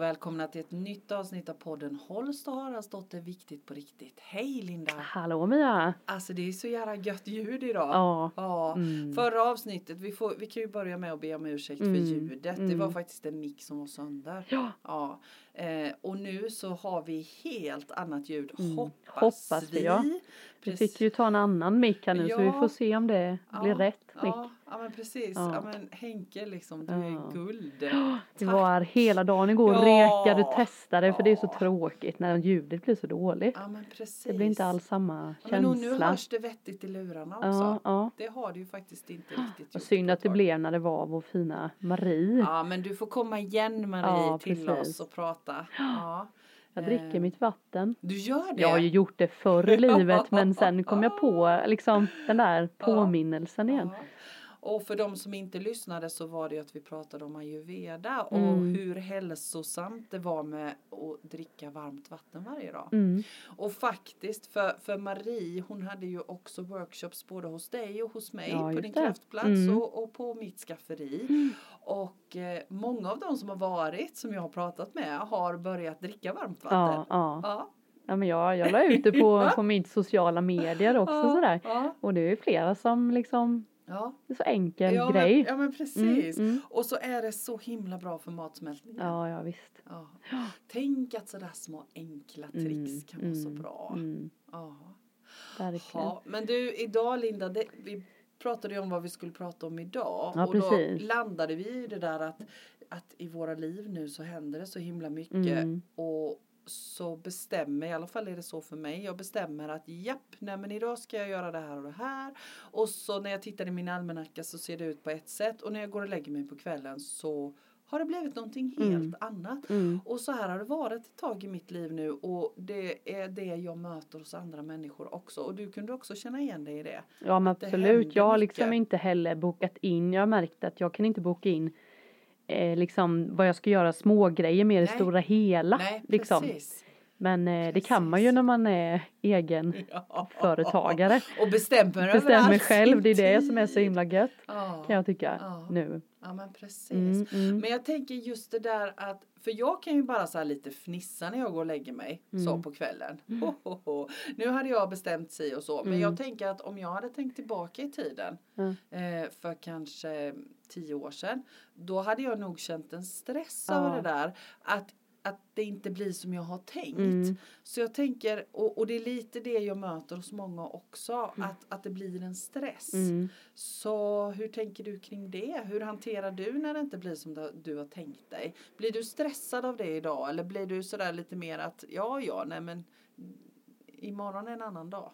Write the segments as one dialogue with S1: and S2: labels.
S1: välkomna till ett nytt avsnitt av podden Holst och Haraldsdotter Viktigt på riktigt. Hej Linda!
S2: Hallå Mia!
S1: Alltså det är så jävla gött ljud idag.
S2: Ja.
S1: Ja.
S2: Mm.
S1: Förra avsnittet, vi, får, vi kan ju börja med att be om ursäkt för
S2: Mm.
S1: ljudet. Det
S2: Mm.
S1: var faktiskt en mick som var sönder.
S2: ja.
S1: Ja. Eh, och nu så har vi helt annat ljud,
S2: Mm.
S1: hoppas,
S2: Hoppas vi,
S1: vi.
S2: ja. Vi
S1: Precis.
S2: fick ju ta en annan mick här nu så vi
S1: Ja.
S2: får se om det
S1: Ja,
S2: blir rätt mick.
S1: Ja, ja men precis. Ja.
S2: Ja.
S1: men Henke liksom, du
S2: Ja.
S1: är guld.
S2: Vi var här hela dagen igår och
S1: Ja.
S2: rekade och testade för det är så
S1: Ja.
S2: tråkigt när ljudet blir så dåligt.
S1: Ja men precis.
S2: Det blir inte alls samma
S1: ja, men och nu
S2: känsla.
S1: hörs det vettigt i lurarna också.
S2: Ja, ja.
S1: Det har det ju faktiskt inte riktigt
S2: Och
S1: gjort
S2: Ah, synd
S1: på
S2: att
S1: ett
S2: det
S1: tag.
S2: blev när det var vår fina Marie.
S1: Ja men du får komma igen Marie
S2: Ja,
S1: till
S2: precis.
S1: oss och prata. Ja.
S2: Jag
S1: eh,
S2: dricker mitt vatten.
S1: Du gör det?
S2: Jag har ju gjort det förr i livet men sen kom jag på liksom den där
S1: Ja.
S2: påminnelsen igen.
S1: Ja. Och för de som inte lyssnade så var det ju att vi pratade om ayurveda och
S2: Mm.
S1: hur hälsosamt det var med att dricka varmt vatten varje dag.
S2: Mm.
S1: Och faktiskt för, för Marie hon hade ju också workshops både hos dig och hos mig
S2: Ja,
S1: på
S2: just
S1: din
S2: det.
S1: kraftplats
S2: Mm.
S1: och, och på mitt skafferi.
S2: Mm.
S1: Och eh, många av de som har varit som jag har pratat med har börjat dricka varmt vatten.
S2: Ja, ja.
S1: Ja,
S2: Ja, men jag, jag la ut det på, på mitt sociala medier också
S1: ja,
S2: sådär.
S1: Ja,
S2: Och det är ju flera som liksom,
S1: ja.
S2: det är så enkel
S1: ja,
S2: grej.
S1: Men, ja men precis.
S2: mm, mm.
S1: Och så är det så himla bra för matsmältningen.
S2: ja, ja visst.
S1: Ja. Tänk att sådär små enkla
S2: Mm,
S1: tricks kan vara så
S2: mm,
S1: bra.
S2: Mm,
S1: Ja.
S2: verkligen.
S1: Ja, men du, idag Linda, det, vi pratade ju om vad vi skulle prata om idag.
S2: Ja,
S1: och
S2: precis.
S1: då landade vi i det där att, att i våra liv nu så händer det så himla mycket.
S2: Mm,
S1: Och så bestämmer, i alla fall är det så för mig, jag bestämmer att japp, nej men idag ska jag göra det här och det här. Och så när jag tittar i min almanacka så ser det ut på ett sätt och när jag går och lägger mig på kvällen så har det blivit någonting helt
S2: Mm.
S1: annat.
S2: mm,
S1: Och så här har det varit ett tag i mitt liv nu och det är det jag möter hos andra människor också. Och du kunde också känna igen dig i det.
S2: ja men
S1: att det händer
S2: absolut. Jag har liksom
S1: mycket.
S2: inte heller bokat in, jag har märkt att jag kan inte boka in eh, liksom vad jag ska göra små grejer med det
S1: Nej.
S2: stora hela.
S1: Nej,
S2: liksom.
S1: precis.
S2: Men eh, det kan man
S1: Precis.
S2: ju när man är egen
S1: Ja.
S2: företagare.
S1: Och bestämmer över
S2: Bestämmer
S1: all
S2: själv,
S1: sin
S2: det är det som är så
S1: tid.
S2: himla gött
S1: Ja,
S2: kan jag tycka
S1: Ja.
S2: nu.
S1: ja men precis.
S2: Mm, mm.
S1: Men jag tänker just det där att, för jag kan ju bara så här lite fnissa när jag går och lägger mig så
S2: Mm.
S1: på kvällen.
S2: Mm.
S1: Ho, ho, ho. Nu hade jag bestämt sig och så, men
S2: Mm.
S1: jag tänker att om jag hade tänkt tillbaka i tiden
S2: Mm.
S1: eh, för kanske tio år sedan, då hade jag nog känt en stress
S2: Ja.
S1: över det där. Att att det inte blir som jag har tänkt.
S2: Mm.
S1: Så jag tänker, och, och det är lite det jag möter hos många också, att, att det blir en stress.
S2: Mm.
S1: Så hur tänker du kring det? Hur hanterar du när det inte blir som du- du har tänkt dig? Blir du stressad av det idag eller blir du sådär lite mer att ja, ja, nej men imorgon är en annan dag?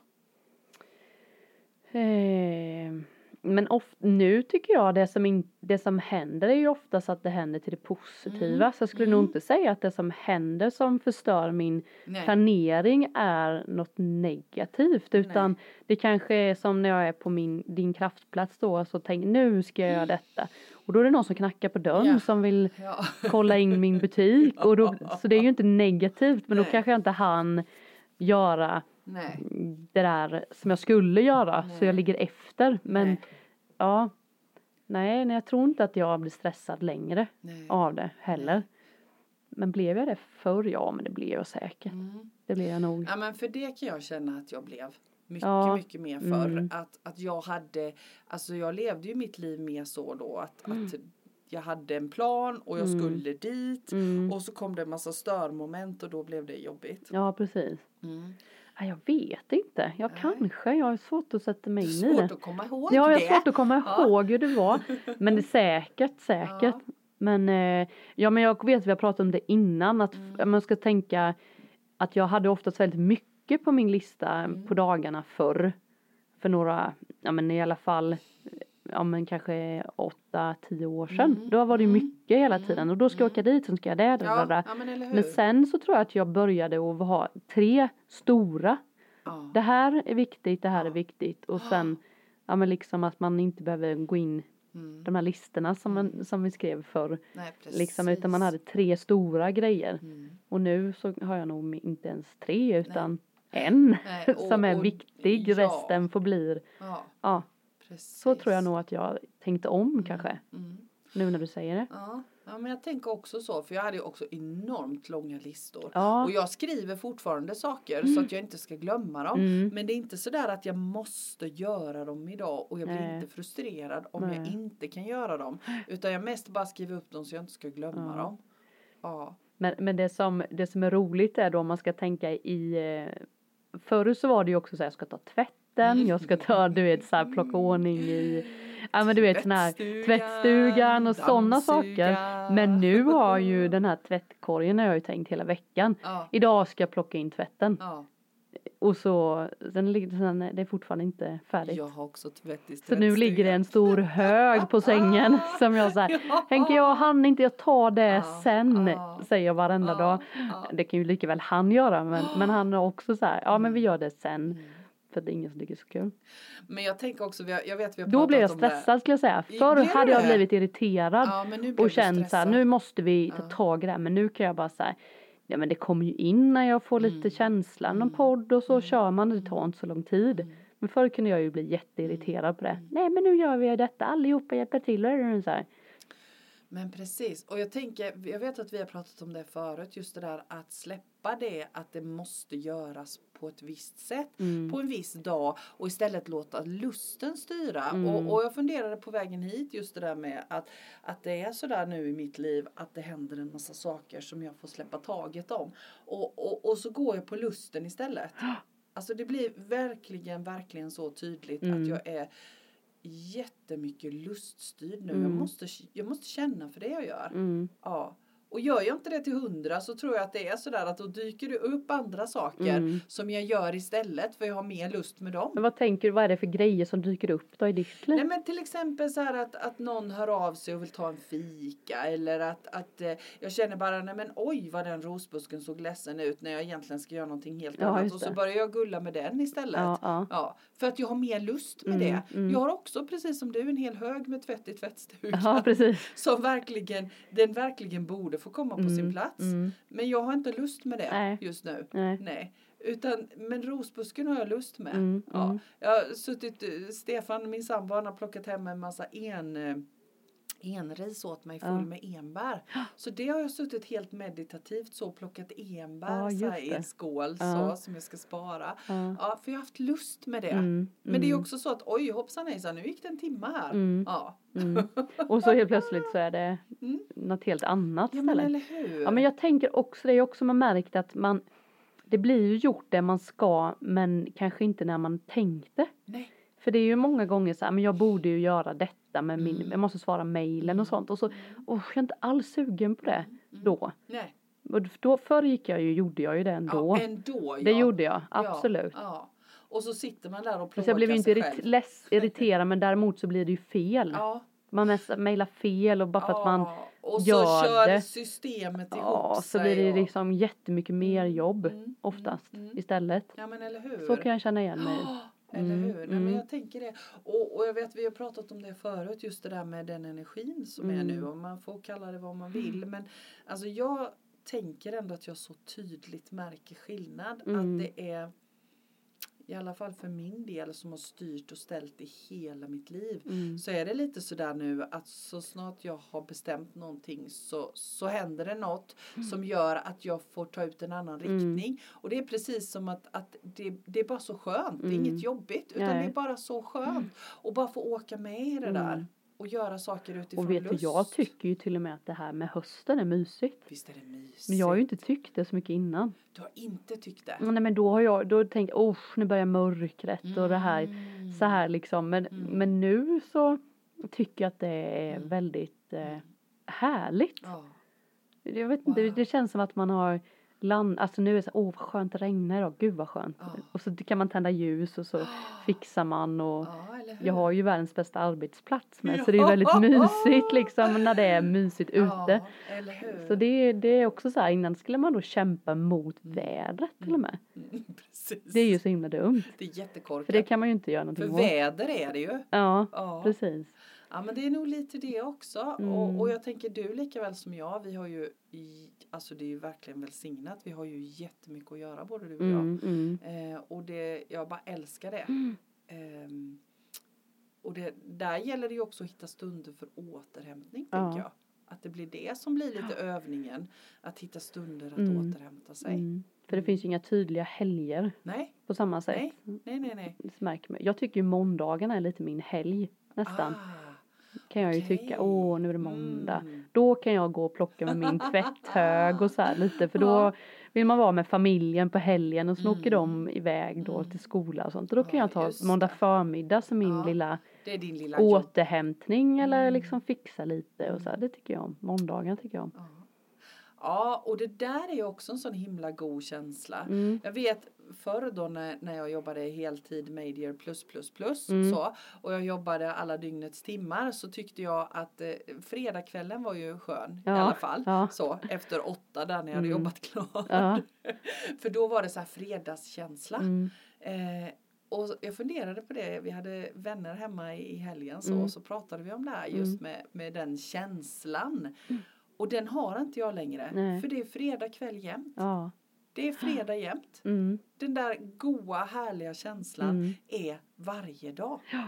S2: Eh, men of, nu tycker jag det som, in, det som händer är ju oftast att det händer till det positiva.
S1: Mm,
S2: Så jag skulle
S1: mm.
S2: nog inte säga att det som händer som förstör min
S1: Nej.
S2: planering är något negativt. Utan det kanske är som när jag är på min, din kraftplats då. Så tänk nu ska jag göra detta. Och då är det någon som knackar på dörren
S1: Mm. Ja.
S2: som vill
S1: Ja.
S2: kolla in min butik. Och då, så det är ju inte negativt. Men
S1: Nej.
S2: då kanske jag inte hann göra
S1: Nej.
S2: det där som jag skulle göra så
S1: Nej.
S2: jag ligger efter. Men
S1: Mm. Nej.
S2: ja, nej, nej jag tror inte att jag blir stressad längre
S1: Nej.
S2: av det heller. Men blev jag det förr? Ja, men det blev jag säkert.
S1: Mm.
S2: Det blev jag nog.
S1: Ja men för det kan jag känna att jag blev. Mycket,
S2: Ja.
S1: mycket mer förr.
S2: Mm.
S1: Att, att jag hade, alltså jag levde ju mitt liv mer så då att, att jag hade en plan och jag
S2: Mm.
S1: skulle dit.
S2: Mm.
S1: Och så kom det en massa störmoment och då blev det jobbigt.
S2: Ja, precis.
S1: Mm.
S2: Ja, jag vet inte. Jag
S1: Nej.
S2: kanske. Jag har svårt att sätta mig
S1: Det är
S2: in i det.
S1: svårt att komma ihåg
S2: Ja, jag
S1: det.
S2: har svårt att komma
S1: Ja.
S2: ihåg hur det var. Men det är säkert, säkert.
S1: Ja.
S2: Men, eh, ja, men jag vet att vi har pratat om det innan. Att f-
S1: Mm.
S2: man ska tänka att jag hade oftast väldigt mycket på min lista
S1: Mm.
S2: på dagarna förr. För några, ja men i alla fall, ja men kanske åtta, tio år sedan.
S1: Mm.
S2: Då var det ju
S1: Mm.
S2: mycket hela
S1: Mm.
S2: tiden. Och då ska jag
S1: Mm.
S2: åka dit, sen ska jag det, där, där,
S1: Ja,
S2: där.
S1: ja, men eller hur.
S2: Men sen så tror jag att jag började att ha tre stora.
S1: ja.
S2: Det här är viktigt, det här är
S1: Ja.
S2: viktigt. Och
S1: Ja.
S2: sen, ja men liksom att man inte behöver gå in
S1: mm.
S2: de här listorna som, man, som vi skrev förr.
S1: Nej, Mm. precis.
S2: Liksom, utan man hade tre stora grejer.
S1: Mm.
S2: Och nu så har jag nog inte ens tre utan en
S1: Nej, och-
S2: som är
S1: och-
S2: viktig.
S1: ja.
S2: Resten förblir,
S1: Ja,
S2: ja
S1: precis.
S2: så tror jag nog att jag tänkte om kanske.
S1: Mm.
S2: nu när du säger det.
S1: Ja. ja, men jag tänker också så. För jag hade ju också enormt långa listor.
S2: Ja.
S1: Och jag skriver fortfarande saker så att jag inte ska glömma dem.
S2: Mm.
S1: Men det är inte sådär att jag måste göra dem idag och jag blir
S2: Nej.
S1: inte frustrerad om jag
S2: Nej.
S1: inte kan göra dem. Utan jag mest bara skriver upp dem så jag inte ska glömma
S2: Ja.
S1: dem. Ja.
S2: Men, men det, som, det som är roligt är då om man ska tänka i... eh, Förr så var det ju också så här, jag ska ta
S1: Mm.
S2: tvätten, jag ska ta, du vet, så här, plocka ordning i... Ja men du vet sån här... tvättstugan och såna saker.
S1: dammsuga.
S2: Men nu har ju den här tvättkorgen har jag ju tänkt hela veckan.
S1: Ja,
S2: Idag ska jag plocka in tvätten.
S1: ja.
S2: Och så, sen ligger sen, det är fortfarande inte färdigt.
S1: Jag har också tvätt i
S2: så nu ligger det en stor hög på sängen som jag säger. Henke jag hann inte, jag tar det
S1: Ja,
S2: sen.
S1: ja,
S2: säger jag varenda dag.
S1: Ja,
S2: Det kan ju lika väl han göra men, men han är också så här, ja men vi gör det sen.
S1: Mm.
S2: För det är ingen som tycker det är så kul.
S1: Men jag tänker också, vi har, jag vet vi har
S2: Då blev jag
S1: pratat om det.
S2: stressad skulle jag säga.
S1: I-
S2: Förr
S1: blev
S2: hade
S1: du
S2: jag
S1: det?
S2: blivit irriterad.
S1: Ja, men nu blev
S2: och
S1: du
S2: känt så här,
S1: stressad.
S2: nu måste vi ta
S1: Ja.
S2: tag i det här men nu kan jag bara säga ja men det kommer ju in när jag får lite
S1: Mm.
S2: känslan, någon
S1: Mm.
S2: podd och så
S1: Mm.
S2: kör man och det tar inte så lång tid.
S1: Mm.
S2: Men förr kunde jag ju bli jätteirriterad på det.
S1: Mm.
S2: Nej men nu gör vi detta, allihopa hjälper till. Eller så här.
S1: Men precis, och jag tänker, jag vet att vi har pratat om det förut, just det där att släppa det, att det måste göras på ett visst sätt.
S2: Mm.
S1: på en viss dag och istället låta lusten styra.
S2: Mm.
S1: Och, och jag funderade på vägen hit just det där med att, att det är sådär nu i mitt liv att det händer en massa saker som jag får släppa taget om. Och, och, och så går jag på lusten istället. Alltså det blir verkligen, verkligen så tydligt
S2: Mm.
S1: att jag är jättemycket luststyrd nu. Jag,
S2: Mm.
S1: måste, jag måste känna för det jag gör.
S2: Mm.
S1: Ja. Och gör jag inte det till hundra så tror jag att det är sådär att då dyker det upp andra saker
S2: Mm.
S1: som jag gör istället för jag har mer lust med dem.
S2: Men vad tänker du, vad är det för grejer som dyker upp då i ditt liv?
S1: Nej men till exempel så här att, att någon hör av sig och vill ta en fika eller att, att eh, jag känner bara nej men oj vad den rosbusken såg ledsen ut när jag egentligen ska göra någonting helt
S2: Ja,
S1: annat
S2: just
S1: och så
S2: det.
S1: börjar jag gulla med den istället.
S2: ja, ja.
S1: Ja, för att jag har mer lust med
S2: Mm,
S1: det.
S2: mm.
S1: Jag har också precis som du en hel hög med tvätt i tvättstugan.
S2: ja precis.
S1: Som verkligen, den verkligen borde få komma på sin
S2: Mm,
S1: plats.
S2: Mm.
S1: Men jag har inte lust med det
S2: Nej.
S1: just nu.
S2: Nej.
S1: Nej. Utan, men rosbusken har jag lust med.
S2: Mm,
S1: Ja.
S2: mm.
S1: Jag har suttit, eh, Stefan, min sambo, han har plockat hem en massa en, eh, enris åt mig full
S2: Ja.
S1: med enbär. Så det har jag suttit helt meditativt så och plockat enbär
S2: Ja,
S1: så här,
S2: just
S1: i
S2: det.
S1: en skål
S2: Ja.
S1: så, som jag ska spara.
S2: Ja.
S1: Ja, för jag har haft lust med det.
S2: Mm,
S1: Men det är
S2: mm,
S1: också så att oj hoppsan hejsan, nu gick det en timme här.
S2: Mm.
S1: Ja.
S2: Mm. Och så helt plötsligt så är det
S1: Mm.
S2: något helt annat
S1: ja,
S2: istället.
S1: men eller hur?
S2: Ja men jag tänker också det, jag har också märkt att man det blir ju gjort det man ska men kanske inte när man tänkte.
S1: Nej.
S2: För det är ju många gånger så här, men jag borde ju göra detta men min,
S1: Mm.
S2: jag måste svara mejlen och sånt och så, åh jag är inte alls sugen på det
S1: Mm.
S2: då.
S1: Nej.
S2: Och då. Förr gick jag ju, gjorde jag ju det ändå.
S1: Ja, ändå ja.
S2: Det gjorde jag, absolut.
S1: Ja, ja. Och så sitter man där och
S2: Fast
S1: plågar
S2: jag blev ju inte
S1: sig
S2: irrit- less, irriterad men däremot så blir det ju fel.
S1: Ja,
S2: Man mess- mejlar fel och bara för att man,
S1: ja. och så
S2: gör
S1: kör
S2: det.
S1: systemet ihop
S2: ja så
S1: sig
S2: blir det ju
S1: och-
S2: liksom jättemycket mer
S1: Mm,
S2: jobb
S1: mm, mm,
S2: oftast
S1: mm.
S2: istället.
S1: Ja men eller hur.
S2: Så kan jag känna igen mig.
S1: Ja, Eller
S2: Mm,
S1: hur? Nej, men
S2: mm.
S1: jag tänker det. Och, och jag vet vi har pratat om det förut just det där med den energin som är nu
S2: Mm.
S1: och man får kalla det vad man vill men alltså jag tänker ändå att jag så tydligt märker skillnad
S2: Mm.
S1: att det är i alla fall för min del som har styrt och ställt i hela mitt liv
S2: Mm.
S1: så är det lite sådär nu att så snart jag har bestämt någonting så, så händer det något som gör att jag får ta ut en annan
S2: Mm.
S1: riktning. Och det är precis som att, att det, det är bara så skönt, det är
S2: Mm.
S1: inget jobbigt utan
S2: Nej.
S1: det är bara så skönt. Och bara få åka med i det där
S2: Mm.
S1: och göra saker utifrån
S2: Och vet du,
S1: lust.
S2: jag tycker ju till och med att det här med hösten är mysigt.
S1: Visst är det mysigt?
S2: Men jag har ju inte tyckt det så mycket innan.
S1: Du har inte tyckt det?
S2: Nej men då har jag, då tänkt, oh nu börjar mörkret och det här,
S1: Mm.
S2: så här liksom. Men,
S1: Mm.
S2: men nu så tycker jag att det är
S1: Mm.
S2: väldigt eh,
S1: Mm.
S2: härligt.
S1: Ja.
S2: Jag vet inte,
S1: Wow.
S2: det känns som att man har land, alltså nu är det så, åh oh, vad skönt det regnar idag, gud vad skönt.
S1: Ja.
S2: Och så kan man tända ljus och så fixar man och
S1: Ja, eller hur?
S2: Jag har ju världens bästa arbetsplats med så det är ju väldigt
S1: Ja.
S2: mysigt liksom när det är mysigt ute.
S1: Ja, eller hur?
S2: Så det, det är också så här, innan skulle man då kämpa mot
S1: Mm.
S2: vädret till och med.
S1: Mm, precis.
S2: Det är ju så himla dumt.
S1: det är jättekorkat.
S2: För det kan man ju inte göra
S1: För
S2: någonting åt.
S1: väder är det ju.
S2: Ja,
S1: Ja.
S2: precis.
S1: ja, men det är nog lite det också.
S2: Mm.
S1: Och, och jag tänker du lika väl som jag, vi har ju, i, alltså det är ju verkligen välsignat. Vi har ju jättemycket att göra både du och jag.
S2: Mm, mm.
S1: Eh, och det, jag bara älskar det.
S2: Mm.
S1: Ehm, Och det, där gäller det ju också att hitta stunder för återhämtning
S2: Ja.
S1: tänker jag. Att det blir det som blir lite övningen. Att hitta stunder att
S2: Mm.
S1: återhämta sig.
S2: Mm. För det finns ju inga tydliga helger
S1: Nej,
S2: på samma sätt.
S1: Nej. nej, nej, nej.
S2: Det märker man. Jag tycker ju måndagarna är lite min helg nästan.
S1: Ah,
S2: kan jag ju
S1: okej.
S2: tycka, åh nu är det måndag.
S1: Mm.
S2: Då kan jag gå och plocka med min tvätthög och så här lite för då
S1: Ja.
S2: vill man vara med familjen på helgen och så åker
S1: Mm.
S2: de iväg då
S1: Mm.
S2: till skola och sånt. Och då kan
S1: Ja,
S2: jag ta
S1: just
S2: måndag
S1: det.
S2: förmiddag som min
S1: Ja.
S2: lilla
S1: Det är din lilla jobb.
S2: återhämtning eller
S1: Mm.
S2: liksom fixa lite och så här. Det tycker jag om. Måndagar tycker jag om.
S1: Ja. ja, och det där är ju också en sån himla god känsla.
S2: Mm.
S1: Jag vet förr då när, när jag jobbade heltid med year plus plus plus
S2: Mm.
S1: så och jag jobbade alla dygnets timmar så tyckte jag att eh, fredagskvällen var ju skön i
S2: Ja,
S1: alla fall.
S2: ja.
S1: Så efter åtta där när jag hade
S2: Mm.
S1: jobbat klart.
S2: Ja.
S1: För då var det så här fredagskänsla.
S2: Mm.
S1: Eh, och så- jag funderade på det, vi hade vänner hemma i i helgen så,
S2: Mm.
S1: och så pratade vi om det här just med, med den känslan. Och den har inte jag längre.
S2: Mm. Nej.
S1: För det är fredag kväll jämt.
S2: Ja.
S1: Det är fredag jämt.
S2: Mm.
S1: Den där goa härliga känslan
S2: Mm.
S1: är varje dag.
S2: Ja.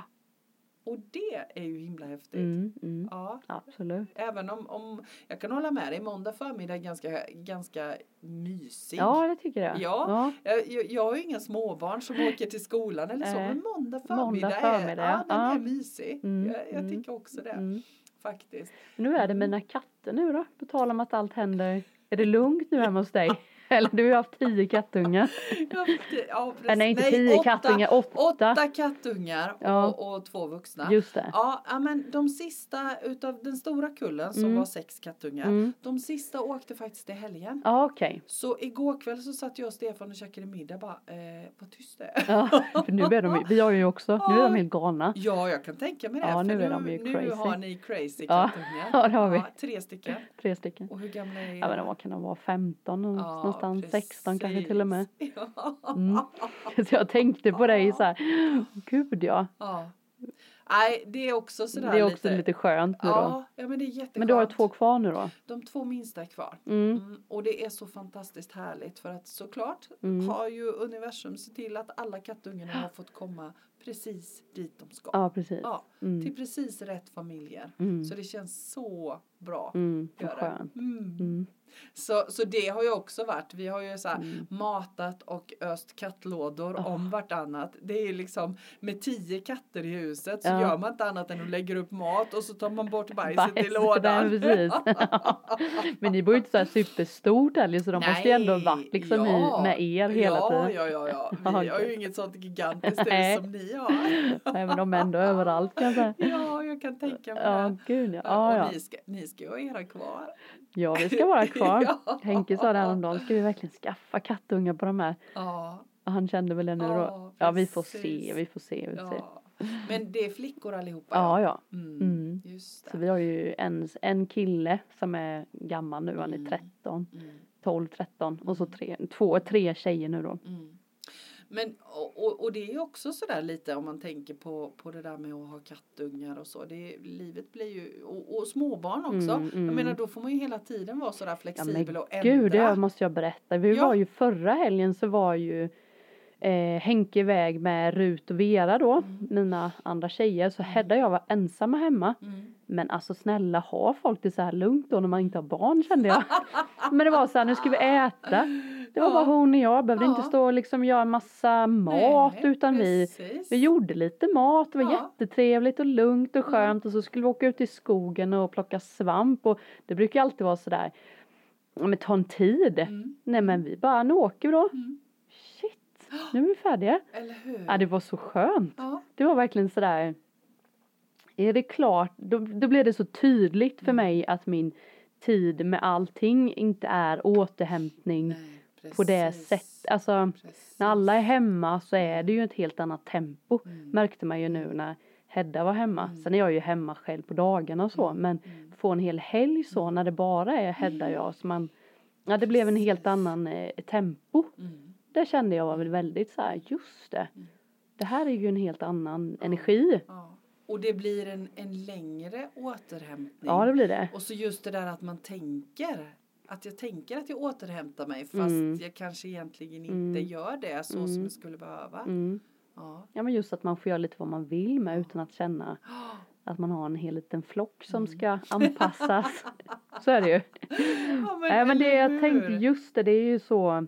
S1: Och det är ju himla häftigt.
S2: Mm. Mm.
S1: Ja,
S2: Absolut.
S1: även om, om jag kan hålla med dig, måndag förmiddag är ganska, ganska mysig.
S2: Ja det tycker jag.
S1: Ja. Jag, jag- jag har ju inga småbarn som åker till skolan eller så,
S2: Nej.
S1: men måndag förmiddag,
S2: Måndag förmiddag,
S1: är, ja, den
S2: ja.
S1: är mysig.
S2: Mm,
S1: Jag, jag
S2: mm,
S1: tycker också det, Mm.
S2: Mm.
S1: faktiskt.
S2: Nu är det mina katter nu då, på tal om att allt händer. Är det lugnt nu hemma hos dig? Eller du har ju haft tio kattungar.
S1: Ja, det- ja, precis.
S2: Nej, inte tio
S1: åtta,
S2: kattungar, åtta.
S1: Åtta kattungar och,
S2: Ja.
S1: och två vuxna.
S2: Just det.
S1: Ja, ja, men de sista utav den stora kullen som
S2: Mm.
S1: var sex kattungar.
S2: Mm.
S1: De sista åkte faktiskt i helgen.
S2: Ja, okej.
S1: Så igår kväll så satt jag och Stefan och käkade middag bara, eh, vad tyst det är.
S2: Ja, för nu är de, vi har ju också, nu är de helt galna.
S1: Ja, jag kan tänka mig det.
S2: Ja,
S1: för
S2: nu är de ju
S1: nu
S2: crazy.
S1: har ni crazy
S2: Ja,
S1: kattungar.
S2: ja, det har vi.
S1: tre stycken.
S2: Tre stycken.
S1: Och hur gamla är
S2: Ja, men de var, kan de vara 15 och
S1: Ja,
S2: någonstans, 16 kanske till och med.
S1: precis. Ja.
S2: Mm. Så jag tänkte på dig så här, gud ja.
S1: ja. Nej, det är också sådär
S2: Det är också lite skönt nu då.
S1: Ja, ja, men det är jätteskönt.
S2: Men du har två kvar nu då?
S1: De två minsta är kvar.
S2: Mm.
S1: Mm, och det är så fantastiskt härligt för att såklart
S2: Mm.
S1: har ju universum sett till att alla kattungarna har fått komma precis dit de ska.
S2: Ja, precis.
S1: Ja,
S2: Mm.
S1: till precis rätt familjer.
S2: Mm.
S1: Så det känns så bra.
S2: Mm.
S1: att
S2: Vad
S1: göra.
S2: skönt.
S1: Mm.
S2: Mm.
S1: Så, så det har ju också varit. Vi har ju så här
S2: Mm.
S1: matat och öst kattlådor
S2: Ah.
S1: om vartannat. Det är ju liksom med tio katter i huset så
S2: Ja.
S1: gör man inte annat än att lägga upp mat och så tar man bort bajset i
S2: Bajset,
S1: lådan.
S2: nej, precis. Men ni bor ju inte så här superstort heller så de måste ju ändå ha varit liksom i, med er hela
S1: ja,
S2: tiden.
S1: Ja, ja, ja. Vi
S2: Ja,
S1: har ju
S2: gud.
S1: inget sånt gigantiskt hus
S2: Nej.
S1: som ni har.
S2: Nej men de är ändå överallt kan jag säga.
S1: Ja, jag kan tänka mig
S2: Ja
S1: det.
S2: gud ja.
S1: och
S2: Ja, ja.
S1: Ni, ska, ni ska ju ha era kvar.
S2: ja vi ska vara kvar.
S1: ja.
S2: Henke sa det häromdagen, ska vi verkligen skaffa kattungar på de här?
S1: Ja,
S2: Och Han kände väl det nu då.
S1: Ja,
S2: Ja vi får
S1: precis.
S2: se, vi får se, vi får se.
S1: ja. Men det är flickor allihopa?
S2: Ja ja.
S1: Mm.
S2: Mm.
S1: Just
S2: Så
S1: det.
S2: vi har ju en, en kille som är gammal nu, han är
S1: Mm.
S2: 13,
S1: Mm.
S2: 12, 13 och så tre, två, tre tjejer nu då.
S1: Mm. Men, och, och- och det är ju också sådär lite om man tänker på, på det där med att ha kattungar och så. Det, är- livet blir ju, och, och småbarn också.
S2: Mm,
S1: Jag
S2: mm.
S1: menar då får man ju hela tiden vara sådär
S2: Ja,
S1: flexibel
S2: men
S1: och ändra.
S2: gud, det måste jag berätta. Vi
S1: Ja.
S2: var ju förra helgen så var ju eh, Henke iväg med Rut och Vera då,
S1: Mm.
S2: mina andra tjejer. Så Hedda och jag var ensamma hemma.
S1: Mm.
S2: Men alltså snälla ha folk det så här lugnt då när man inte har barn kände jag. men det var så här, nu ska vi äta. Det var
S1: Ja.
S2: bara hon och jag, behövde
S1: Ja.
S2: inte stå och liksom göra massa mat
S1: Nej,
S2: utan vi
S1: precis.
S2: vi gjorde lite mat, det var
S1: Ja.
S2: jättetrevligt och lugnt och
S1: Mm.
S2: skönt och så skulle vi åka ut i skogen och plocka svamp och det brukar alltid vara sådär, ja, men ta en tid.
S1: Mm.
S2: Nej men vi bara, nu åker vi då.
S1: Mm.
S2: Shit, nu är vi färdiga.
S1: Eller hur?
S2: Ja det var så skönt.
S1: Ja.
S2: Det var verkligen sådär, är det klart, då, då blev det så tydligt
S1: Mm.
S2: för mig att min tid med allting inte är återhämtning
S1: Nej, precis.
S2: Mm. på det sättet. Alltså
S1: Precis.
S2: när alla är hemma så är det ju ett helt annat tempo
S1: Mm.
S2: märkte man ju nu när Hedda var hemma.
S1: Mm.
S2: Sen är jag ju hemma själv på dagarna och så. Men
S1: Mm.
S2: få en hel helg så när det bara är Hedda och jag. Så man, ja, det blev en helt
S1: Precis.
S2: annan eh, tempo.
S1: Mm.
S2: Det kände jag var väl väldigt så här, just det.
S1: Mm.
S2: Det här är ju en helt annan energi.
S1: Ja. Och det blir en, en längre återhämtning.
S2: Ja, det blir det.
S1: Och så just det där att man tänker. Att jag tänker att jag återhämtar mig fast
S2: Mm.
S1: jag kanske egentligen inte
S2: Mm.
S1: gör det så som
S2: Mm.
S1: jag skulle behöva.
S2: Mm.
S1: Ja.
S2: Ja men just att man får göra lite vad man vill med
S1: Ja.
S2: utan att känna
S1: Ja.
S2: att man har en hel liten flock som
S1: Mm.
S2: ska anpassas. så är det ju.
S1: Ja,
S2: Mm. Nej men det
S1: eller
S2: jag tänkte
S1: hur?
S2: just det, det är ju så.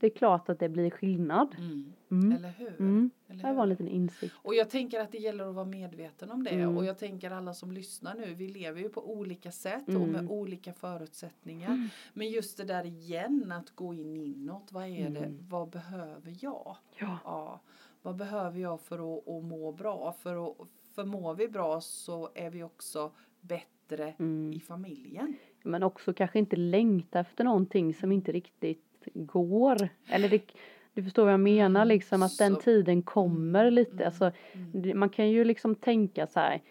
S2: Det är klart att det blir skillnad.
S1: Mm.
S2: Mm.
S1: Eller hur?
S2: Mm.
S1: Eller
S2: Det här
S1: hur?
S2: var en liten insikt.
S1: Och jag tänker att det gäller att vara medveten om det.
S2: Mm.
S1: Och jag tänker alla som lyssnar nu, vi lever ju på olika sätt och
S2: Mm.
S1: med olika förutsättningar.
S2: Mm.
S1: Men just det där igen att gå in inåt. Vad är det?
S2: Mm.
S1: Vad behöver jag?
S2: Ja.
S1: Ja. Vad behöver jag för att, att må bra? För, att, för mår vi bra så är vi också bättre
S2: Mm.
S1: i familjen.
S2: Men också kanske inte längta efter någonting som inte riktigt går. Eller det, du förstår vad jag menar
S1: Mm,
S2: liksom att den
S1: så-
S2: tiden kommer lite.
S1: mm.
S2: Alltså,
S1: Mm.
S2: det- man kan ju liksom tänka så här.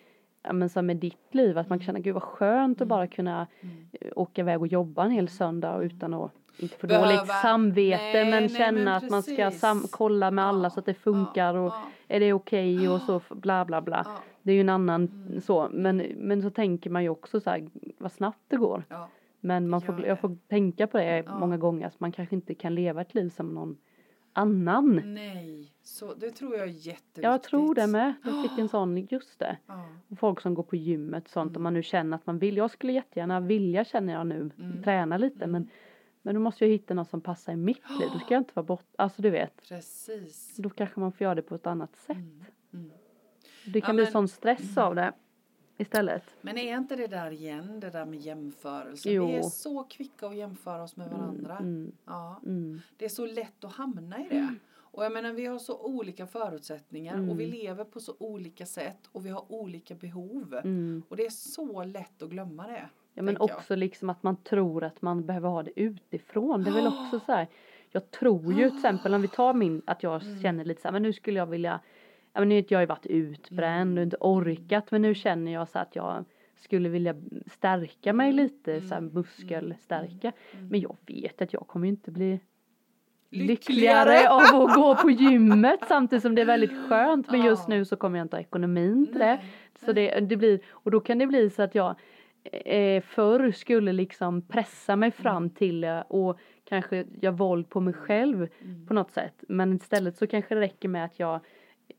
S2: Ja men som med ditt liv att man
S1: Mm.
S2: känner gud vad skönt att
S1: Mm.
S2: bara kunna
S1: Mm.
S2: eh, åka iväg och jobba en hel söndag
S1: Mm.
S2: utan att inte få
S1: Behöva-
S2: dåligt samvete
S1: Nej,
S2: men
S1: nej,
S2: känna
S1: men
S2: att man ska
S1: precis.
S2: sam- kolla med alla
S1: Ja,
S2: så att det funkar och
S1: Ja,
S2: är det okej
S1: Ja.
S2: och så f- bla bla bla.
S1: ja,
S2: Det är ju en annan
S1: Mm.
S2: så men, men så tänker man ju också så här vad snabbt det går.
S1: ja.
S2: Men man
S1: Det
S2: får,
S1: gör
S2: jag
S1: det.
S2: får tänka på det
S1: Ja.
S2: många gånger att man kanske inte kan leva ett liv som någon annan.
S1: Nej, så det tror jag är jätteviktigt.
S2: Jag tror det med. Jag fick en
S1: Ja.
S2: sån, just det.
S1: Ja.
S2: Och Folk som går på gymmet och sånt
S1: Mm.
S2: om man nu känner att man vill. Jag skulle jättegärna vilja känner jag nu,
S1: Mm.
S2: träna lite
S1: Mm.
S2: men, men då måste jag hitta något som passar i mitt liv. Då ska jag inte vara bort, alltså du vet.
S1: Precis.
S2: Då kanske man får göra det på ett annat sätt.
S1: Mm, mm.
S2: Det kan
S1: Ja,
S2: bli
S1: men- mm.
S2: sån stress av det istället.
S1: Men är inte det där igen, det där med jämförelse?
S2: Jo.
S1: Vi är så kvicka att jämföra oss med varandra.
S2: Mm,
S1: Ja.
S2: mm,
S1: Det är så lätt att hamna i det. Och jag menar, vi har så olika förutsättningar
S2: Mm.
S1: och vi lever på så olika sätt och vi har olika behov.
S2: mm.
S1: Och det är så lätt att glömma det.
S2: Ja, men
S1: tänker jag.
S2: också liksom att man tror att man behöver ha det utifrån. Det är väl
S1: Ja.
S2: också så här. Jag tror ju till exempel om vi tar min att jag
S1: Mm.
S2: känner lite så här, men nu skulle jag vilja. Ja, men nu vet jag jag har ju varit utbränd
S1: Mm.
S2: och inte orkat, men nu känner jag så här att jag skulle vilja stärka mig lite så här
S1: Mm.
S2: muskelstärka.
S1: Mm.
S2: Men jag vet att jag kommer ju inte bli
S1: Lyckligare.
S2: lyckligare, av att gå på gymmet samtidigt som det är väldigt skönt. Men just
S1: Ja.
S2: nu så kommer jag inte ha ekonomin till det.
S1: Nej.
S2: Så
S1: Mm.
S2: det, det blir, och då kan det bli så att jag eh, förr skulle liksom pressa
S1: Mm.
S2: mig fram till eh, och kanske göra våld på mig själv
S1: Mm.
S2: på något sätt. Men istället så kanske det räcker med att jag eh,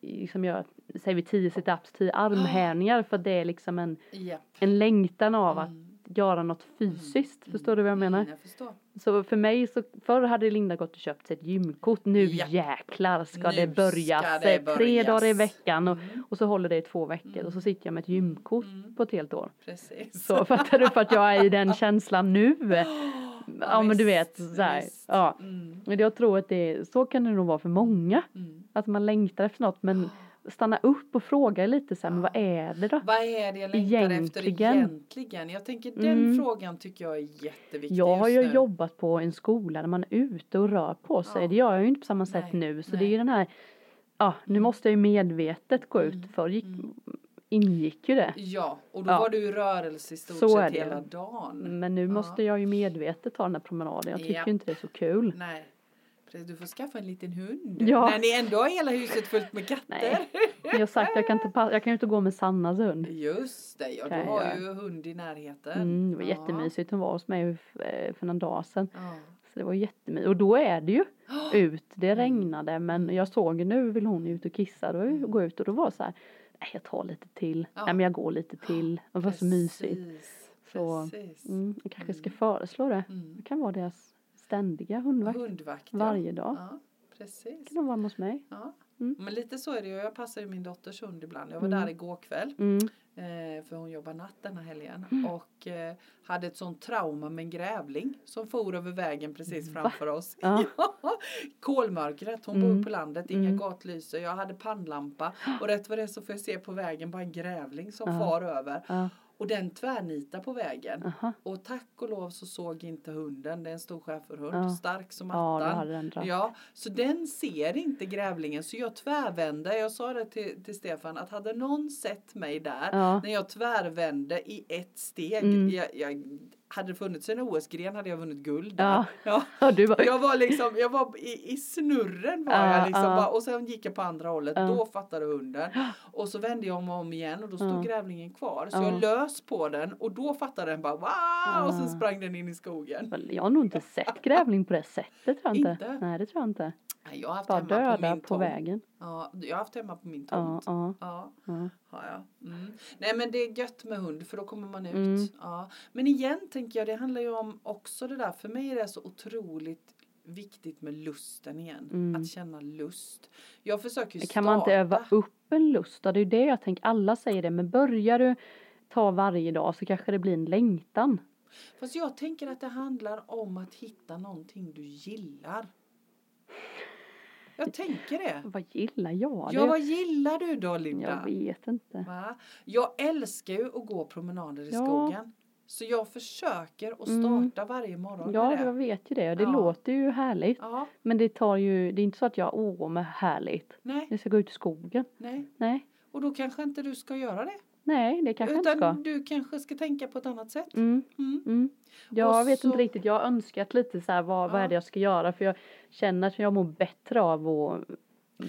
S2: liksom gör, säger vi 10 situps, 10 armhävningar för att det är liksom en,
S1: Japp.
S2: en längtan av att
S1: Mm.
S2: göra något fysiskt.
S1: Mm.
S2: Förstår du vad jag menar?
S1: Mm, jag förstår.
S2: Så för mig så, förr hade Linda gått och köpt sig ett gymkort. Nu
S1: Ja.
S2: jäklar ska
S1: Nu
S2: det börja.
S1: ska det
S2: Tre dagar i
S1: börjas.
S2: veckan och,
S1: Mm.
S2: och så håller det i två veckor
S1: Mm.
S2: och så sitter jag med ett gymkort
S1: Mm.
S2: på ett helt år.
S1: Precis.
S2: Så fattar du för att jag är i den känslan nu.
S1: Ja,
S2: Ja men du vet
S1: visst,
S2: så här.
S1: visst.
S2: Ja.
S1: Mm.
S2: Men jag tror att det är, så kan det nog vara för många.
S1: Mm.
S2: Att man längtar efter något men stanna upp och fråga lite så här, men vad är det då?
S1: Vad är det jag längtar efter
S2: Egentligen.
S1: egentligen? Jag tänker den
S2: Mm.
S1: frågan tycker jag är jätteviktig
S2: Jag har ju
S1: just nu.
S2: jobbat på en skola där man är ute och rör på sig.
S1: Ja.
S2: Det gör jag ju inte på samma sätt
S1: Nej,
S2: nu. Så det
S1: nej.
S2: är ju den här, ja nu
S1: Mm.
S2: måste jag ju medvetet gå ut.
S1: Mm,
S2: Förr gick,
S1: mm.
S2: ingick ju det.
S1: Ja, och då
S2: Ja.
S1: var du i rörelse i stort
S2: Så är
S1: sett
S2: det. Mm.
S1: hela dagen.
S2: Men nu
S1: Ja.
S2: måste jag ju medvetet ta den här promenaden. Jag tycker
S1: Japp.
S2: ju inte det är så kul.
S1: Nej. Precis, Du får skaffa en liten hund.
S2: Ja.
S1: När ni ändå har hela huset fullt med katter.
S2: Nej. Men jag har sagt jag kan inte passa, jag kan ju inte gå med Sannas hund.
S1: Just det, ja, du
S2: Kan
S1: har
S2: jag.
S1: ju hund i närheten.
S2: Mm, det var
S1: Ja.
S2: jättemysigt. Hon var hos mig eh, för, för någon dag sedan.
S1: Ja.
S2: Så det var jättemysigt. Och då är det ju
S1: Oh,
S2: ut. Det regnade men jag såg ju nu vill hon ut och kissa. Då vill jag gå ut och då var det så här. Nej jag tar lite till.
S1: Mm. Ja.
S2: Nej men jag går lite till. Det var så mysigt.
S1: Precis.
S2: Så,
S1: Precis.
S2: Mm, jag kanske ska
S1: Mm.
S2: föreslå det.
S1: Mm.
S2: Det kan vara deras ständiga hundvakt.
S1: Hundvakt. ja.
S2: Varje dag.
S1: Ja, precis.
S2: Kan de vara hos mig?
S1: Ja.
S2: Mm.
S1: Men lite så är det ju. Jag passar ju min dotters hund ibland. Jag var
S2: Mm.
S1: där igår kväll.
S2: Mm.
S1: Eh, för hon jobbar natt den här helgen. Och eh, hade ett sånt trauma med en grävling. Som for över vägen precis
S2: Va?
S1: framför oss.
S2: Ja.
S1: Kolmörkret. Hon
S2: Mm.
S1: bor på landet. Inga
S2: Mm.
S1: gatlyser. Jag hade pannlampa. Och rätt vad det är så får jag se på vägen bara en grävling som
S2: Ja.
S1: far över.
S2: Ja.
S1: Och den tvärnitar på vägen.
S2: Aha.
S1: Och tack och lov så såg inte hunden. Det är en stor schäferhund.
S2: Ja.
S1: Stark som
S2: Ja då
S1: attan.
S2: hade den dragit.
S1: Ja, så den ser inte grävlingen så jag tvärvände. Jag sa det till, till Stefan att hade någon sett mig där
S2: Ja.
S1: när jag tvärvände i ett steg.
S2: Mm.
S1: Jag, jag, hade det funnits en OS-gren hade jag vunnit guld där.
S2: Ja.
S1: Ja.
S2: ja du bara.
S1: Jag var liksom, jag var i, i snurren var
S2: Ja,
S1: jag liksom
S2: ja.
S1: bara, och sen gick jag på andra hållet.
S2: Ja.
S1: Då fattade hunden och så vände jag mig om igen och då stod
S2: Ja.
S1: grävlingen kvar. Så
S2: Ja.
S1: jag lös på den och då fattade den bara wow! Och sen
S2: Ah.
S1: sprang den in i skogen.
S2: Väl, Jag har nog inte sett grävling på det sättet tror jag inte.
S1: Inte?
S2: Nej det tror jag inte.
S1: Nej, Jag har haft
S2: Bara
S1: hemma på
S2: döda
S1: min
S2: på
S1: tomt.
S2: vägen.
S1: Ja, jag har haft hemma på min
S2: Ja,
S1: tomt.
S2: ja,
S1: Ja,
S2: ja.
S1: har jag. Mm. Nej men det är gött med hund för då kommer man ut.
S2: Mm.
S1: Ja. Men igen tänker jag, det handlar ju om också det där, för mig är det så otroligt viktigt med lusten igen.
S2: Mm.
S1: Att känna lust. Jag försöker ju
S2: Kan man inte öva
S1: starta-
S2: upp en lust? då? Det är ju det jag tänker. Alla säger det, men börjar du ta varje dag så kanske det blir en längtan.
S1: Fast jag tänker att det handlar om att hitta någonting du gillar. Jag tänker det.
S2: Vad gillar jag?
S1: Ja,
S2: det?
S1: vad gillar du då Linda?
S2: jag vet inte.
S1: Va? Jag älskar ju att gå promenader i
S2: Ja.
S1: skogen. Så jag försöker att
S2: Mm.
S1: starta varje morgon
S2: Ja,
S1: med det.
S2: jag vet ju det. Det
S1: Ja.
S2: låter ju härligt.
S1: Ja,
S2: Men det tar ju, det är inte så att jag, åh, men härligt.
S1: nej,
S2: Jag ska gå ut i skogen.
S1: nej.
S2: Nej,
S1: Och då kanske inte du ska göra det.
S2: nej, det kanske jag inte
S1: Utan
S2: ska.
S1: du kanske ska tänka på ett annat sätt.
S2: Mm,
S1: Mm.
S2: mm. Jag
S1: Och
S2: vet
S1: så-
S2: inte riktigt, jag har önskat lite så här, vad, vad
S1: Ja.
S2: är det jag ska göra? För jag känner att jag mår bättre av att be-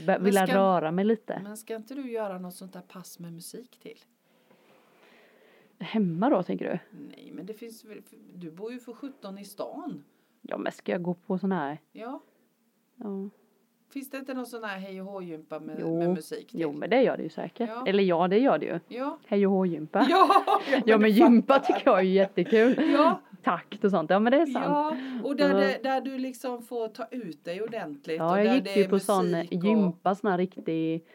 S1: Men
S2: vilja
S1: ska-
S2: röra mig lite.
S1: Men ska inte du göra något sånt där pass med musik till?
S2: Hemma då, tänker du?
S1: Nej, men det finns väl- Du bor ju för 17 i stan.
S2: Ja, men ska jag gå på sån här?
S1: Ja.
S2: Ja.
S1: Finns det inte någon sån här hej och hå-gympa med,
S2: Jo.
S1: med musik till?
S2: Jo, men det gör det ju säkert.
S1: Ja.
S2: Eller ja, det gör det ju.
S1: Ja.
S2: Hej och hå-gympa. Ja,
S1: Ja,
S2: men
S1: du fattar.
S2: gympa tycker jag är jättekul.
S1: Ja,
S2: Takt och sånt, ja men det är sant.
S1: ja, och där,
S2: Ja.
S1: det- där du liksom får ta ut dig ordentligt. och
S2: Ja,
S1: där
S2: jag gick
S1: det
S2: ju
S1: är
S2: på sån
S1: musik och-
S2: gympa, sån här riktig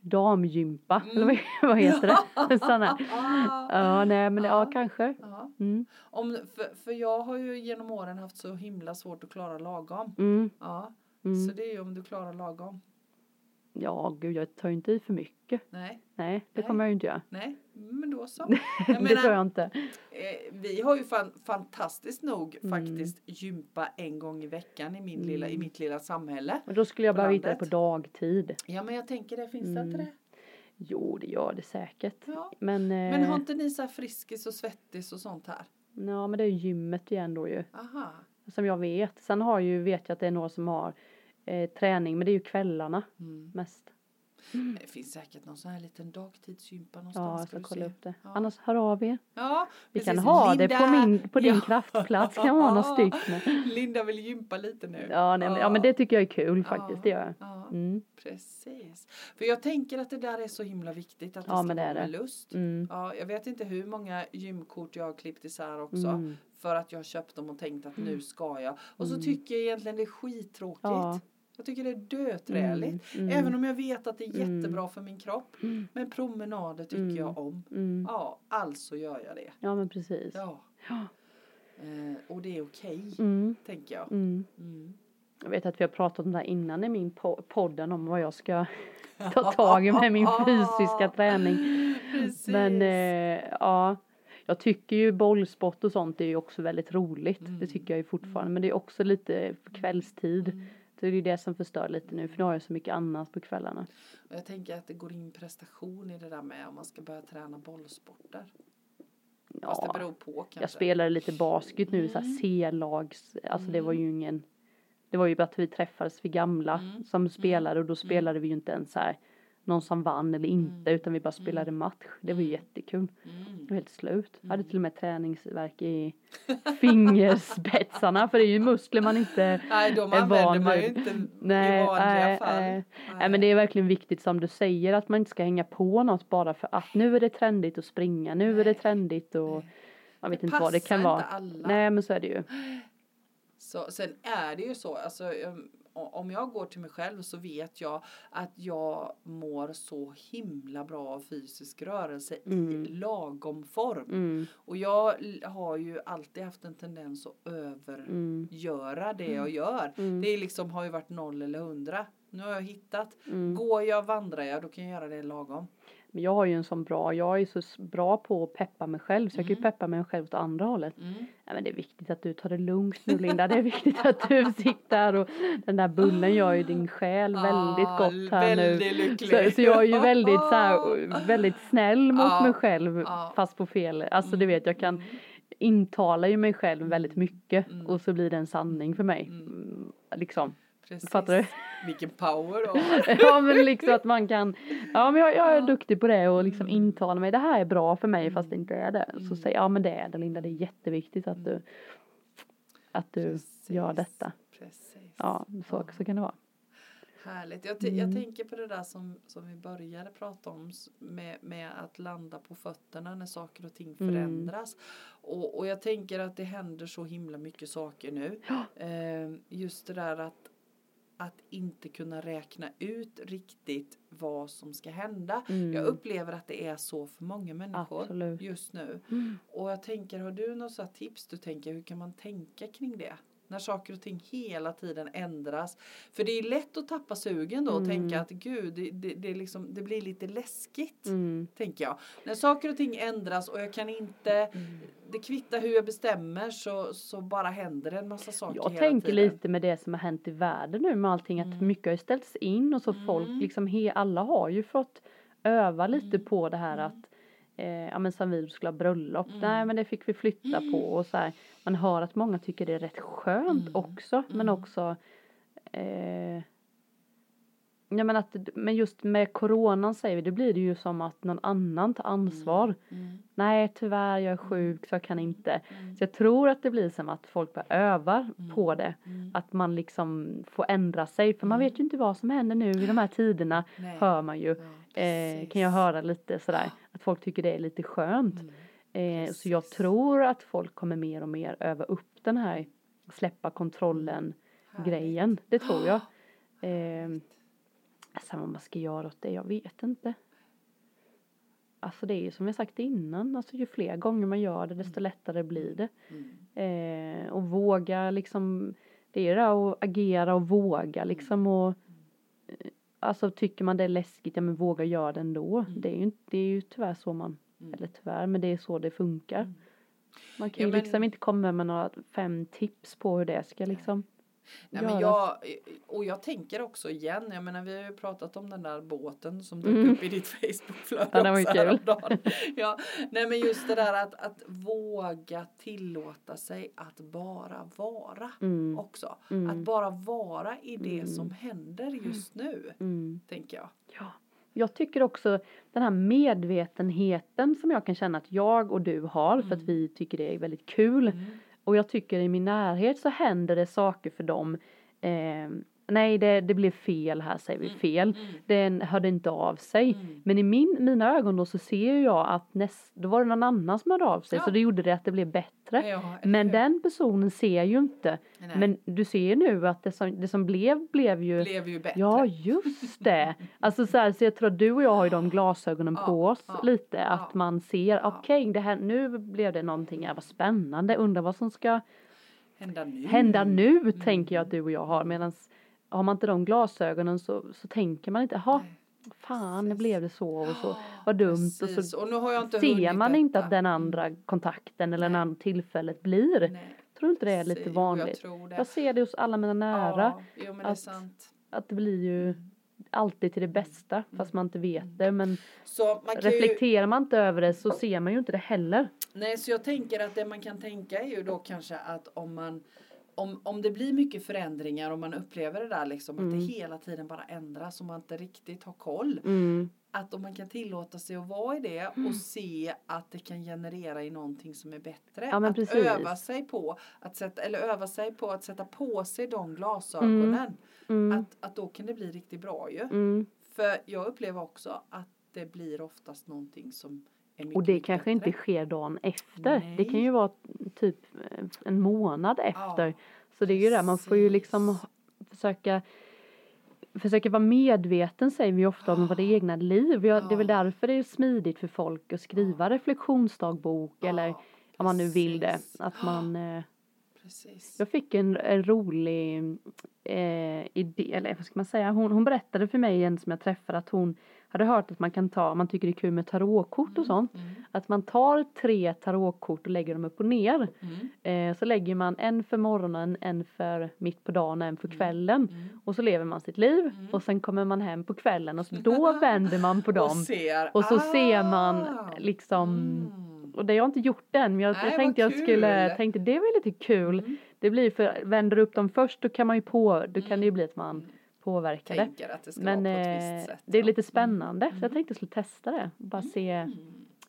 S2: damgympa,
S1: Mm.
S2: eller vad, vad heter det? sån här.
S1: Ah,
S2: Ja, nej men ja,
S1: Ja.
S2: kanske.
S1: ja.
S2: Mm.
S1: Om, för, för jag har ju genom åren haft så himla svårt att klara lagom.
S2: Mm.
S1: Ja,
S2: Mm.
S1: så det är ju om du klarar lagom.
S2: Ja, gud jag tar ju inte i för mycket.
S1: Nej,
S2: Nej, det
S1: Nej.
S2: kommer jag ju inte göra.
S1: nej, men då så.
S2: det
S1: Jag
S2: tror
S1: menar,
S2: jag inte.
S1: eh, vi har ju fan, fantastiskt nog
S2: Mm.
S1: faktiskt gympa en gång i veckan i, min lilla, i
S2: Mm.
S1: mitt lilla samhälle.
S2: Men då skulle jag
S1: på
S2: behöva hitta det på
S1: landet.
S2: dagtid.
S1: Ja, men jag tänker det, finns det inte
S2: Mm.
S1: det?
S2: Jo, det gör det säkert.
S1: Ja.
S2: Men,
S1: Men har
S2: eh,
S1: inte ni så här Friskis och Svettis och sånt här?
S2: ja, men det är ju gymmet igen då ju.
S1: Aha.
S2: Som jag vet. Sen har ju, vet jag att det är några som har eh, träning, men det är ju kvällarna
S1: Mm.
S2: mest.
S1: Det finns säkert någon sån här liten dagtidsgympa
S2: Mm. Ja,
S1: någonstans.
S2: jag ska
S1: du
S2: kolla
S1: se.
S2: upp det.
S1: Ja.
S2: Annars, hör av er.
S1: Ja,
S2: Vi
S1: precis.
S2: kan ha det på,
S1: Linda-
S2: min, på din
S1: Ja.
S2: kraftplats kan vara några stycken.
S1: Linda vill gympa lite nu.
S2: Ja, nej, men- ja men det tycker jag är kul faktiskt, det gör jag.
S1: Ja,
S2: Mm,
S1: precis. För jag tänker att det där är så himla viktigt att det
S2: Ja,
S1: ska
S2: men det
S1: vara
S2: är
S1: med
S2: det.
S1: lust.
S2: mm,
S1: Ja, jag vet inte hur många gymkort jag har klippt isär också.
S2: mm.
S1: För att jag har köpt dem och tänkt att nu ska jag. Och så
S2: Mm.
S1: tycker jag egentligen det är skittråkigt.
S2: Ja.
S1: Jag tycker det är döträligt.
S2: Mm, mm,
S1: Även om jag vet att det är
S2: Mm.
S1: jättebra för min kropp.
S2: Mm.
S1: Men promenader tycker
S2: Mm.
S1: jag om.
S2: mm.
S1: Ja, alltså gör jag det.
S2: Ja men precis.
S1: Ja.
S2: Ja.
S1: Eh, och det är okej,
S2: Mm,
S1: tänker jag.
S2: mm.
S1: Mm.
S2: Jag vet att vi har pratat om det här innan i min po- podden om vad jag ska ta tag i med min fysiska träning.
S1: Precis.
S2: Men eh, ja, jag tycker ju bollsport och sånt är ju också väldigt roligt.
S1: Mm.
S2: Det tycker jag ju fortfarande.
S1: Mm.
S2: Men det är också lite på kvällstid.
S1: Mm.
S2: Så det är ju det som förstör lite nu för nu har jag så mycket annat på kvällarna.
S1: Och Jag tänker att det går in prestation i det där med om man ska börja träna bollsporter. Fast det
S2: Ja,
S1: beror på kanske.
S2: jag spelade lite basket nu, så här
S1: Mm.
S2: C-lags, alltså det var
S1: Mm.
S2: ju ingen det var ju bara att vi träffades vi gamla
S1: Mm.
S2: som spelade och då spelade vi ju inte ens så här någon som vann eller inte utan vi bara spelade match. Det var ju
S1: Mm.
S2: jättekul. Jag var
S1: Mm.
S2: helt slut. Jag hade
S1: Mm.
S2: till och med träningsverk i fingerspetsarna för det är ju muskler man inte
S1: Nej, de
S2: är
S1: använder
S2: van
S1: man ju
S2: vid-
S1: inte i
S2: Nej,
S1: vanliga
S2: nej,
S1: fall.
S2: nej. Nej men det är verkligen viktigt som du säger att man inte ska hänga på något bara för att nu är det trendigt att springa, nu är det
S1: Nej,
S2: trendigt och
S1: nej.
S2: jag vet inte vad det
S1: passar
S2: kan
S1: inte
S2: vara.
S1: Alla.
S2: Nej men så är det ju.
S1: Så, sen är det ju så, alltså, um, o- om jag går till mig själv så vet jag att jag mår så himla bra av fysisk rörelse
S2: Mm.
S1: i lagom form.
S2: Mm,
S1: Och jag l- har ju alltid haft en tendens att
S2: mm,
S1: övergöra det jag gör.
S2: mm,
S1: Det är liksom, har ju varit noll eller hundra. Nu har jag hittat.
S2: mm.
S1: Går jag, vandrar jag, då kan jag göra det lagom.
S2: Men jag har ju en sån bra, jag är så s- bra på att peppa mig själv så jag kan ju
S1: Mm.
S2: peppa mig själv åt andra hållet.
S1: Mm.
S2: Nej men det är viktigt att du tar det lugnt nu Linda, det är viktigt att du sitter och den där bullen gör ju din själ väldigt
S1: Ah,
S2: gott här nu.
S1: väldigt Lycklig.
S2: Så, så jag är ju väldigt så här, väldigt snäll mot
S1: Ja,
S2: mig själv
S1: ja.
S2: fast på fel, alltså du
S1: Mm,
S2: vet jag kan
S1: mm.
S2: intala ju mig själv väldigt mycket
S1: Mm.
S2: och så blir det en sanning för mig.
S1: Mm.
S2: Mm, Liksom.
S1: Precis.
S2: Fattar du?
S1: Vilken power då.
S2: ja men liksom att man kan, ja men jag, jag
S1: Ja.
S2: är duktig på det och liksom
S1: Mm.
S2: intala mig, det här är bra för mig fast det
S1: Mm.
S2: inte är det. Så
S1: Mm.
S2: säg, ja men det är det Linda, det är jätteviktigt att
S1: Mm.
S2: du, att du gör
S1: Precis,
S2: detta.
S1: Precis.
S2: Ja, så, så kan det vara.
S1: Härligt. Jag, t-
S2: Mm.
S1: jag tänker på det där som, som vi började prata om s- med, med att landa på fötterna när saker och ting
S2: Mm.
S1: förändras. Och, och jag tänker att det händer så himla mycket saker nu. Eh, just det där att, att inte kunna räkna ut riktigt vad som ska hända.
S2: Mm.
S1: Jag upplever att det är så för många människor
S2: Absolut.
S1: just nu.
S2: Mm.
S1: Och jag tänker, har du något sådant tips du tänker, hur kan man tänka kring det? När saker och ting hela tiden ändras. För det är lätt att tappa sugen då och
S2: Mm.
S1: tänka att gud, det, det, det, är liksom, det blir lite läskigt.
S2: Mm.
S1: Tänker jag. När saker och ting ändras och jag kan inte, det kvittar hur jag bestämmer så, så bara händer det en massa saker
S2: Jag
S1: hela
S2: tänker
S1: tiden.
S2: lite med det som har hänt i världen nu med allting att
S1: Mm.
S2: mycket har ju ställts in och så folk
S1: Mm.
S2: liksom he, alla har ju fått öva lite
S1: Mm.
S2: på det här
S1: Mm.
S2: att eh, ja men som vi skulle ha bröllop,
S1: Mm.
S2: nej men det fick vi flytta på och så här. Man hör att många tycker det är rätt skönt
S1: Mm.
S2: också men
S1: Mm.
S2: också eh, ja men att men just med coronan säger vi det blir det ju som att någon annan tar ansvar.
S1: Mm,
S2: Nej tyvärr jag är sjuk så jag kan inte.
S1: mm,
S2: Så jag tror att det blir som att folk bara övar
S1: Mm.
S2: på det
S1: mm.
S2: att man liksom får ändra sig för man
S1: Mm.
S2: vet ju inte vad som händer nu i de här tiderna
S1: Nej.
S2: hör man ju.
S1: Ja,
S2: Eh,
S1: precis.
S2: kan jag höra lite sådär att folk tycker det är lite skönt.
S1: Mm.
S2: Eh, så jag
S1: precis.
S2: tror att folk kommer mer och mer öva upp den här släppa
S1: Mm.
S2: kontrollen
S1: Härligt.
S2: grejen. Det tror jag. Eh,
S1: Härligt.
S2: sen vad man ska göra åt det, jag vet inte. Alltså det är ju som vi sagt innan, alltså ju fler gånger man gör det desto lättare blir det.
S1: Mm.
S2: Eh, och våga liksom, det är det där att agera och våga
S1: Mm.
S2: liksom och eh, Alltså tycker man det är läskigt, ja men våga göra det ändå.
S1: Mm.
S2: Det, är ju, inte- det är ju tyvärr så man,
S1: Mm.
S2: eller tyvärr, men det är så det funkar.
S1: Mm.
S2: Man kan
S1: Ja,
S2: ju
S1: men-
S2: liksom inte komma med några fem tips på hur det ska liksom
S1: Nej, men
S2: göras.
S1: jag, eh, och jag tänker också igen, jag menar vi har ju pratat om den där båten som dök
S2: Mm.
S1: upp i ditt Facebookflöde
S2: Ja, den var ju
S1: också
S2: kul.
S1: häromdagen. ja, nej men just det där att, att våga tillåta sig att bara vara
S2: Mm,
S1: också. Att
S2: mm,
S1: bara vara i det
S2: Mm.
S1: som händer just nu,
S2: mm.
S1: tänker jag.
S2: Ja. Jag tycker också den här medvetenheten som jag kan känna att jag och du har för att
S1: Mm.
S2: vi tycker det är väldigt kul.
S1: Mm.
S2: Och jag tycker i min närhet så händer det saker för dem. Eh, nej, det, det blev fel här säger vi,
S1: Mm.
S2: fel.
S1: Mm.
S2: Den hörde inte av sig.
S1: Mm.
S2: Men i min, mina ögon då så ser ju jag att näst, då var det någon annan som hörde av sig så
S1: Ja.
S2: det gjorde det att det blev bättre.
S1: Ja, eller
S2: Men
S1: hur?
S2: den personen ser ju inte.
S1: Nej,
S2: Men du ser ju nu att det som, det som blev blev ju
S1: blev ju bättre.
S2: Ja just det! Alltså så, här, så jag tror att du och jag har ju de glasögonen
S1: Ja,
S2: på oss
S1: ja,
S2: lite att
S1: ja.
S2: man ser
S1: Ja.
S2: okej det här nu blev det någonting här vad spännande undrar vad som ska
S1: Hända nu.
S2: hända nu
S1: Mm.
S2: tänker jag att du och jag har medan har man inte de glasögonen så, så tänker man inte jaha
S1: Nej.
S2: fan det
S1: precis.
S2: blev det så och så
S1: Ja,
S2: vad dumt och
S1: precis.
S2: så
S1: nu har jag inte
S2: ser
S1: hunnit
S2: man inte att
S1: detta.
S2: den andra kontakten eller det
S1: Nej.
S2: andra tillfället blir.
S1: Nej,
S2: Tror du inte det är
S1: precis.
S2: lite
S1: Jo, Jag
S2: vanligt?
S1: tror det.
S2: Jag, ser det hos alla mina nära
S1: Ja, jo, men det är
S2: att-
S1: sant.
S2: att det blir ju alltid till det bästa fast man inte vet det men
S1: Så man Mm. kan ju,
S2: reflekterar man inte över det så ser man ju inte det heller.
S1: nej, så jag tänker att det man kan tänka är ju då kanske att om man om, om det blir mycket förändringar och man upplever det där liksom att
S2: Mm.
S1: det hela tiden bara ändras och man inte riktigt har koll. Att om man kan tillåta sig att vara i det
S2: Mm.
S1: och se att det kan generera i någonting som är bättre.
S2: Ja, men
S1: att
S2: precis.
S1: öva sig på att sätta, eller öva sig på att sätta på sig de glasögonen.
S2: Mm.
S1: Att, att då kan det bli riktigt bra ju.
S2: Mm.
S1: För jag upplever också att det blir oftast någonting som är mycket
S2: Och det
S1: mycket
S2: kanske inte
S1: bättre.
S2: sker dagen efter. Det kan
S1: Nej.
S2: ju vara typ en månad efter. så det är ju det, man får ju liksom
S1: precis.
S2: försöka Försöka vara medveten säger vi ofta om vårt
S1: Ja.
S2: egna liv. Jag, Det är väl
S1: Ja.
S2: därför det är smidigt för folk att skriva reflektionsdagbok eller
S1: Ja,
S2: om man nu vill det.
S1: precis.
S2: Att man eh,
S1: Precis.
S2: Jag fick en, en rolig eh, idé, eller vad ska man säga, hon, hon berättade för mig en som jag träffade att hon hade hört att man kan ta, man tycker det är kul med tarotkort och sånt,
S1: Mm,
S2: att man tar tre tarotkort och lägger dem upp och ner.
S1: mm,
S2: Eh, så lägger man en för morgonen, en för mitt på dagen och en för kvällen.
S1: mm.
S2: Och så lever man sitt liv
S1: Mm.
S2: och sen kommer man hem på kvällen och så då vänder man på
S1: Och,
S2: dem.
S1: ser,
S2: Och så ser man
S1: Ah!
S2: liksom
S1: Mm.
S2: och det har jag inte gjort än men jag,
S1: Nej,
S2: jag
S1: vad
S2: tänkte jag skulle,
S1: kul.
S2: tänkte det var lite kul.
S1: Mm.
S2: Det blir för, vänder du upp dem först då kan man ju på, då kan
S1: Mm.
S2: det ju bli att man
S1: Mm.
S2: påverkar det.
S1: Tänker att det ska
S2: Men
S1: vara på ett
S2: eh,
S1: visst sätt.
S2: det är
S1: ja.
S2: lite spännande så jag
S1: Mm.
S2: tänkte jag skulle testa det. och Bara se.
S1: Mm.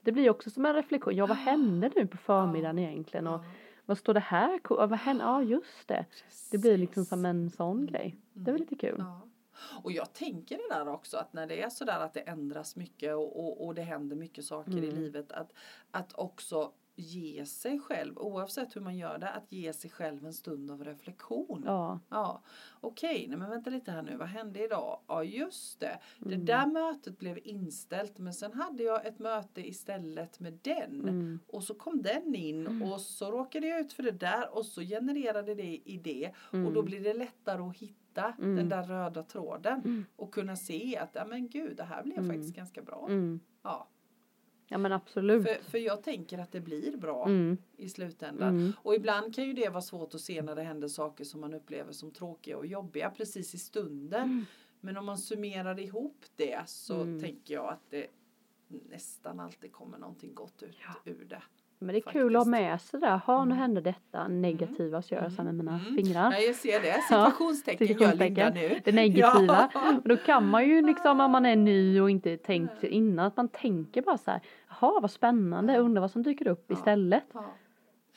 S2: Det blir ju också som en reflektion. Ja vad hände nu på förmiddagen egentligen och
S1: Ah, Ja,
S2: vad står det här? ko- Ja, Vad hände? Ja just det. Det blir liksom som en sån
S1: Mm.
S2: grej. Det var lite kul.
S1: Ja. Och jag tänker det där också att när det är sådär att det ändras mycket och, och, och det händer mycket saker i
S2: Mm.
S1: livet att, att också ge sig själv, oavsett hur man gör det, att ge sig själv en stund av reflektion.
S2: Ja.
S1: Ja, okej, nej men vänta lite här nu, vad hände idag? Ja, just det.
S2: Mm.
S1: Det där mötet blev inställt men sen hade jag ett möte istället med den.
S2: Mm.
S1: Och så kom den in
S2: Mm.
S1: och så råkade jag ut för det där och så genererade det i det. Och då
S2: Mm.
S1: blir det lättare att hitta
S2: Mm.
S1: den där röda tråden
S2: Mm.
S1: och kunna se att ja men gud, det här blev
S2: Mm.
S1: faktiskt ganska bra.
S2: Mm.
S1: Ja.
S2: Ja men absolut.
S1: För, för jag tänker att det blir bra
S2: Mm.
S1: i slutändan.
S2: Mm.
S1: Och ibland kan ju det vara svårt att se när det händer saker som man upplever som tråkiga och jobbiga precis i stunden.
S2: Mm.
S1: Men om man summerar ihop det så
S2: Mm.
S1: tänker jag att det nästan alltid kommer någonting gott ut
S2: Ja.
S1: ur det.
S2: Men det är kul att ha
S1: Faktiskt.
S2: med sig det. Ha, nu
S1: Mm.
S2: hände detta. Negativa så gör jag så här med mina
S1: Mm.
S2: fingrar.
S1: Nej, jag ser det. Situationstecken gör Linda
S2: situationstecken.
S1: nu.
S2: Det negativa.
S1: Ja.
S2: Och då kan man ju liksom om man är ny och inte tänkt innan att man tänker bara så här. Jaha vad spännande, undrar vad som dyker upp
S1: Ja.
S2: istället.
S1: Ja.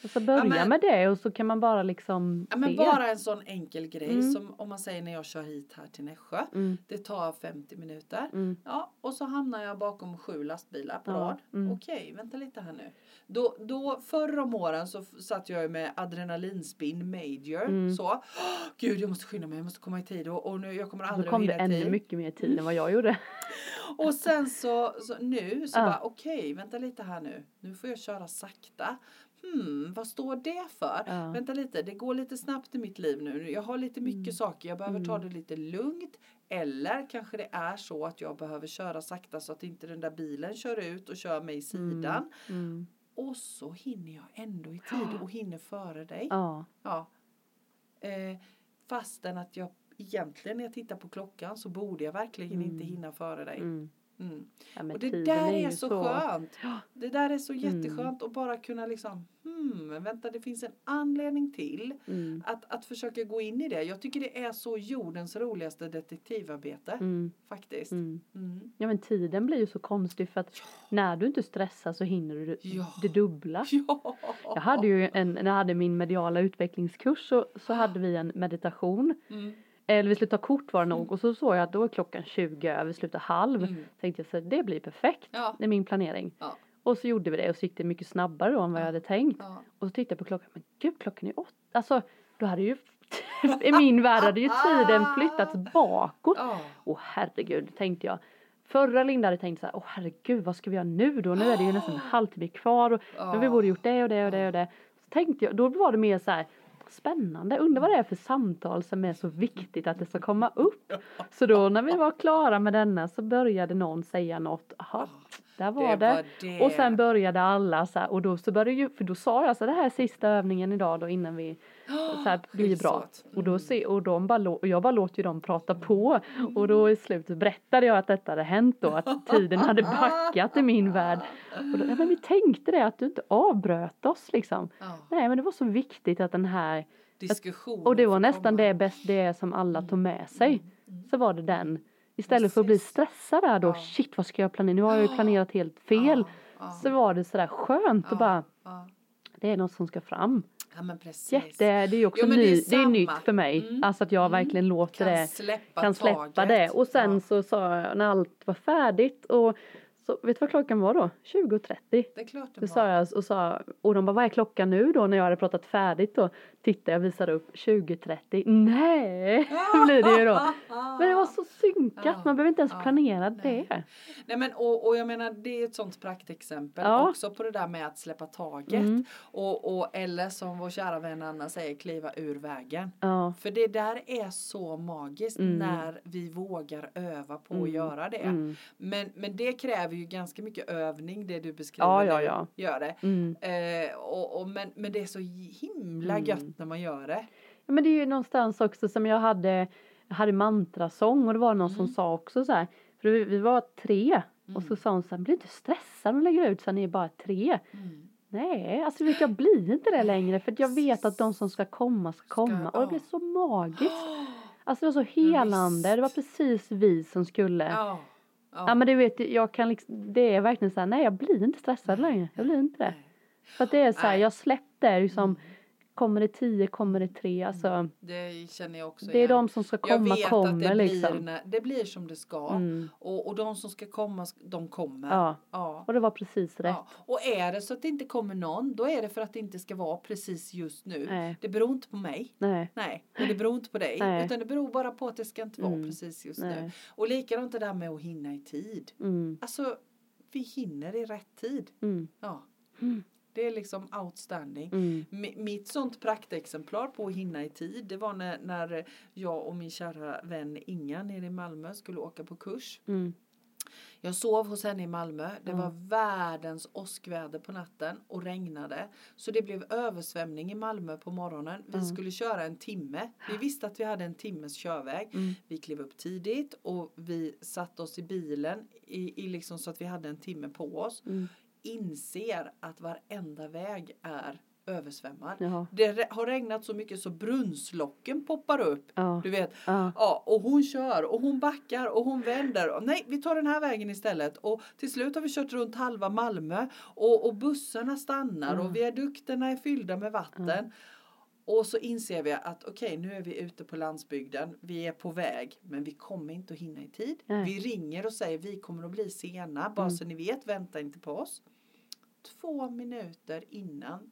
S2: Och så börja
S1: men-
S2: med det och så kan man bara liksom
S1: Ja, men
S2: se.
S1: bara en sån enkel grej
S2: Mm.
S1: som om man säger när jag kör hit här till Nässjö.
S2: Mm,
S1: Det tar 50 minuter.
S2: mm,
S1: Ja, och så hamnar jag bakom sju lastbilar på
S2: Ja,
S1: rad.
S2: mm.
S1: Okej, vänta lite här nu. Då, då, förr om åren så f- satt jag ju med adrenalinspin major.
S2: Mm.
S1: Så, "Åh, gud jag måste skynda mig, jag måste komma i tid och, och nu, jag kommer
S2: så
S1: aldrig
S2: kom det
S1: att hinna i
S2: ännu
S1: tid.
S2: mycket mer tid än vad jag gjorde.
S1: Och sen så, så nu så
S2: Ja.
S1: bara okej, vänta lite här nu. Nu får jag köra sakta. Hmm, vad står det för?
S2: Ja.
S1: Vänta lite, det går lite snabbt i mitt liv nu. Jag har lite mycket
S2: Mm.
S1: saker, jag behöver ta
S2: Mm.
S1: det lite lugnt. Eller kanske det är så att jag behöver köra sakta så att inte den där bilen kör ut och kör mig i sidan.
S2: Mm.
S1: Och så hinner jag ändå i tid
S2: Ja.
S1: och hinner före dig.
S2: Ja.
S1: Ja. Eh, fastän att jag egentligen när jag tittar på klockan så borde jag verkligen
S2: Mm.
S1: inte hinna före dig.
S2: Mm.
S1: Mm.
S2: ja men
S1: Och det
S2: tiden
S1: där är,
S2: ju
S1: så, skönt.
S2: Ja.
S1: Det där är så
S2: Mm.
S1: jätteskönt att bara kunna liksom, hmm, vänta det finns en anledning till
S2: Mm.
S1: att, att försöka gå in i det. Jag tycker det är så jordens roligaste detektivarbete
S2: Mm.
S1: faktiskt.
S2: Mm.
S1: Mm.
S2: Ja men tiden blir ju så konstig för att när du inte stressar så hinner du
S1: Ja.
S2: det dubbla.
S1: Ja.
S2: Jag hade ju en, när jag hade min mediala utvecklingskurs så, så hade vi en meditation.
S1: Mm.
S2: Eller vi skulle ta kort var det nog
S1: Mm.
S2: och så såg jag att då är klockan 20 över, slutar halv.
S1: Mm.
S2: Tänkte jag så här, det blir perfekt.
S1: Ja.
S2: Det är min planering.
S1: Ja.
S2: Och så gjorde vi det och så gick det mycket snabbare då än vad jag
S1: Ja.
S2: hade tänkt.
S1: Ja.
S2: Och så tittade jag på klockan, men gud klockan är åtta. Alltså då hade ju, i min värld hade ju tiden flyttats bakåt.
S1: Ja.
S2: Åh herregud, tänkte jag. Förra Linda hade tänkt så här, åh herregud vad ska vi göra nu då? Nu är det ju nästan en halvtimme kvar och
S1: Ja.
S2: men vi borde gjort det och det och det och det. Så tänkte jag, då var det mer så här spännande, undrar vad det är för samtal som är så viktigt att det ska komma upp. Så då när vi var klara med denna så började någon säga något, aha, där var det.
S1: Ah. det.
S2: Och sen började alla så här, och då så började ju, för då sa jag så här, det här är sista övningen idag då innan vi så här blir bra.
S1: Skitsåt.
S2: Och då se, och de bara, lå- och jag bara låter ju dem prata på och
S1: Mm.
S2: då i slutet berättade jag att detta hade hänt då, att tiden hade backat i min värld. Och då, ja, men vi tänkte det att du inte avbröt oss liksom.
S1: Ja.
S2: Nej men det var så viktigt att den här
S1: Diskussion.
S2: och det var
S1: får
S2: nästan
S1: komma. Mm.
S2: det bäst det som alla tog med sig. Så var det den. Istället för att bli
S1: Precis.
S2: stressad där då,
S1: Ja.
S2: shit vad ska jag planera, nu har jag ju
S1: Ja.
S2: planerat helt fel.
S1: Ja.
S2: Så var det sådär skönt
S1: Ja.
S2: och bara,
S1: Ja.
S2: det är något som ska fram.
S1: Ja men precis.
S2: Jätte, det är ju också
S1: Jo, men det
S2: ny,
S1: är
S2: det, är
S1: samma.
S2: nytt för mig.
S1: Mm.
S2: Alltså att jag
S1: Mm.
S2: verkligen låter det,
S1: släppa
S2: kan släppa det. Och sen
S1: Ja,
S2: så sa jag när allt var färdigt och så, vet du vad klockan var då? 20.30.
S1: det är klart det
S2: Så
S1: var.
S2: sa jag och sa, och de bara vad är klockan nu då när jag hade pratat färdigt då? Tittade jag och visade upp 20.30. Nej, blir det ju då. Men det var så synkat,
S1: Ja,
S2: man behöver inte ens
S1: ja,
S2: planera
S1: nej.
S2: det.
S1: Nej, men, och, och jag menar det är ett sånt praktexempel
S2: Ja.
S1: också på det där med att släppa taget.
S2: Mm.
S1: Och, och, eller som vår kära vän Anna säger, kliva ur vägen.
S2: Ja,
S1: För det där är så magiskt
S2: Mm.
S1: när vi vågar öva på
S2: Mm.
S1: att göra det.
S2: mm,
S1: Men, men det kräver ju ganska mycket övning det du beskriver.
S2: ja, ja.
S1: nu.
S2: ja.
S1: Gör det.
S2: Mm.
S1: Eh, och, och, men, men det är så himla
S2: Mm.
S1: gött när man gör det.
S2: Ja, men det är ju någonstans också som jag hade, jag hade mantrasång och det var någon som
S1: Mm.
S2: sa också så här, för vi, vi var tre och så
S1: Mm.
S2: sa hon så här, bli inte stressad och lägger ut så här, ni är bara tre.
S1: Mm.
S2: Nej, alltså vet jag blir inte det längre för att jag vet att de som ska komma ska komma och det
S1: ja.
S2: blev så magiskt.
S1: Ja.
S2: Alltså det var så helande,
S1: visst.
S2: det var precis vi som skulle. Ja,
S1: Ja.
S2: men det vet jag, jag kan liksom, det är verkligen så här, nej jag blir inte stressad längre, jag blir inte det.
S1: Nej. Mm.
S2: För att det är så här,
S1: Nej.
S2: jag släppte liksom kommer det tio, kommer det tre. Alltså,
S1: Det känner jag också
S2: Det är
S1: igen.
S2: de som ska komma,
S1: jag vet
S2: kommer
S1: att det, blir
S2: liksom.
S1: när, det blir som det ska.
S2: Mm.
S1: Och, och de som ska komma, de kommer.
S2: Ja,
S1: Ja.
S2: och det var precis rätt.
S1: Ja. Och är det så att det inte kommer någon, då är det för att det inte ska vara precis just nu.
S2: Nej,
S1: Det beror inte på mig.
S2: nej,
S1: Nej, och det beror inte på dig.
S2: Nej.
S1: Utan det beror bara på att det ska inte vara
S2: Mm.
S1: precis just nu.
S2: nej.
S1: Och likadant det där med att hinna i tid.
S2: Mm,
S1: Alltså, vi hinner i rätt tid.
S2: mm,
S1: Ja.
S2: Mm.
S1: Det är liksom outstanding.
S2: mm,
S1: Mi- Mitt sånt praktexemplar på att hinna i tid det var när, när jag och min kära vän Inga nere i Malmö skulle åka på kurs.
S2: mm,
S1: Jag sov hos henne i Malmö. Det
S2: Mm.
S1: var världens åskväder på natten och regnade. Så det blev översvämning i Malmö på morgonen. Vi
S2: Mm.
S1: skulle köra en timme. Vi visste att vi hade en timmes körväg.
S2: mm,
S1: Vi klev upp tidigt och vi satte oss i bilen i, i liksom så att vi hade en timme på oss.
S2: mm.
S1: Inser att varenda väg är översvämmad.
S2: Jaha.
S1: Det re- har regnat så mycket så brunnslocken poppar upp.
S2: Ja,
S1: Du vet,
S2: ja,
S1: ja, och hon kör och hon backar och hon vänder. Och Nej, vi tar den här vägen istället. Och till slut har vi kört runt halva Malmö och, och bussarna stannar
S2: Mm.
S1: och viadukterna är fyllda med vatten.
S2: Mm.
S1: Och så inser vi att okej, nu är vi ute på landsbygden. Vi är på väg, men vi kommer inte att hinna i tid.
S2: Nej.
S1: Vi ringer och säger vi kommer att bli sena. Bara
S2: Mm.
S1: så ni vet, vänta inte på oss. Två minuter innan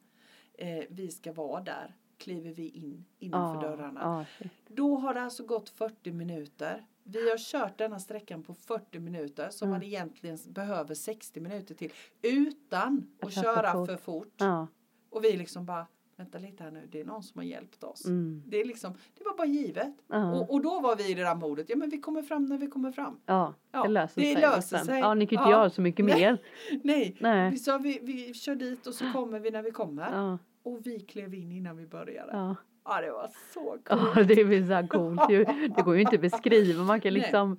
S1: eh, vi ska vara där kliver vi in innanför
S2: ja,
S1: dörrarna.
S2: ja, shit.
S1: Då har det alltså gått 40 minuter. Vi har kört denna sträckan på 40 minuter som
S2: Mm.
S1: man egentligen behöver 60 minuter till utan att,
S2: Att köra för
S1: köra
S2: fort.
S1: för fort.
S2: ja,
S1: Och vi liksom bara, vänta lite här nu, det är någon som har hjälpt oss.
S2: mm,
S1: Det, är liksom, det var bara givet.
S2: ja,
S1: Och, och då var vi i det där modet, ja men vi kommer fram när vi kommer fram.
S2: ja,
S1: Ja,
S2: det löser
S1: det
S2: sig.
S1: löser
S2: liksom.
S1: sig.
S2: Ja, ni kan ju inte
S1: Ja.
S2: göra så mycket
S1: Nej.
S2: mer.
S1: Nej,
S2: Nej.
S1: vi sa vi, vi kör dit och så kommer vi när vi kommer.
S2: Ja,
S1: Och vi klev in innan vi började. Ja,
S2: ja.
S1: det var så coolt.
S2: ja, det är så här coolt ju. Det går ju inte att beskriva. Man kan
S1: Nej.
S2: liksom...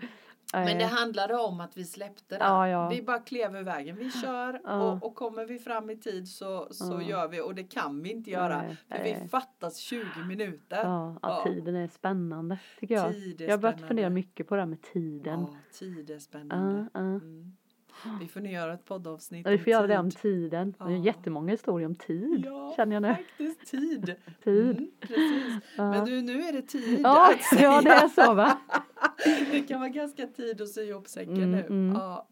S1: Men det
S2: eh,
S1: handlade om att vi släppte det.
S2: Ja, ja.
S1: Vi bara klev ur vägen. Vi kör
S2: Ja.
S1: och, och kommer vi fram i tid så, så
S2: Ja.
S1: gör vi och det kan vi inte göra.
S2: Nej,
S1: För
S2: nej.
S1: vi fattas 20 minuter.
S2: Ja, ja,
S1: Ja.
S2: tiden är spännande tycker jag.
S1: Tid är
S2: Jag har börjat
S1: spännande.
S2: fundera mycket på det här med tiden.
S1: Ja, tid är spännande.
S2: Ja, ja.
S1: Mm. Vi får nu göra ett poddavsnitt
S2: Ja, Vi
S1: om
S2: får göra det
S1: tid.
S2: om tiden. Det är
S1: Ja.
S2: jättemånga historier om tid
S1: Ja,
S2: känner jag nu.
S1: faktiskt tid.
S2: Tid.
S1: Mm, precis. Men
S2: Ja.
S1: du, nu är det tid
S2: Ja,
S1: att säga.
S2: ja, det är så va?
S1: Det kan vara ganska tid att sy ihop säcken
S2: Mm,
S1: nu.
S2: mm.
S1: Ja.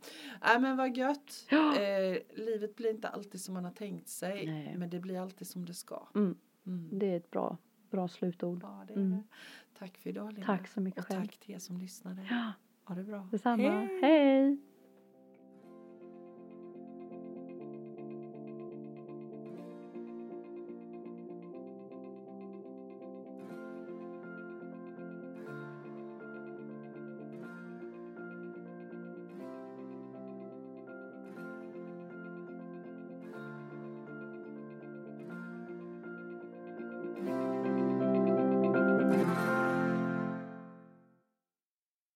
S1: Nej men vad gött.
S2: Ja.
S1: Eh, livet blir inte alltid som man har tänkt sig.
S2: Nej.
S1: Men det blir alltid som det ska.
S2: Mm.
S1: Mm.
S2: Det är ett bra, bra slutord.
S1: Ja, det är
S2: Mm.
S1: det. Tack för idag Linda.
S2: Tack så mycket
S1: Och
S2: själv.
S1: tack till er som lyssnade.
S2: Ja,
S1: Ha det bra.
S2: detsamma.
S1: Hej.
S2: Hej!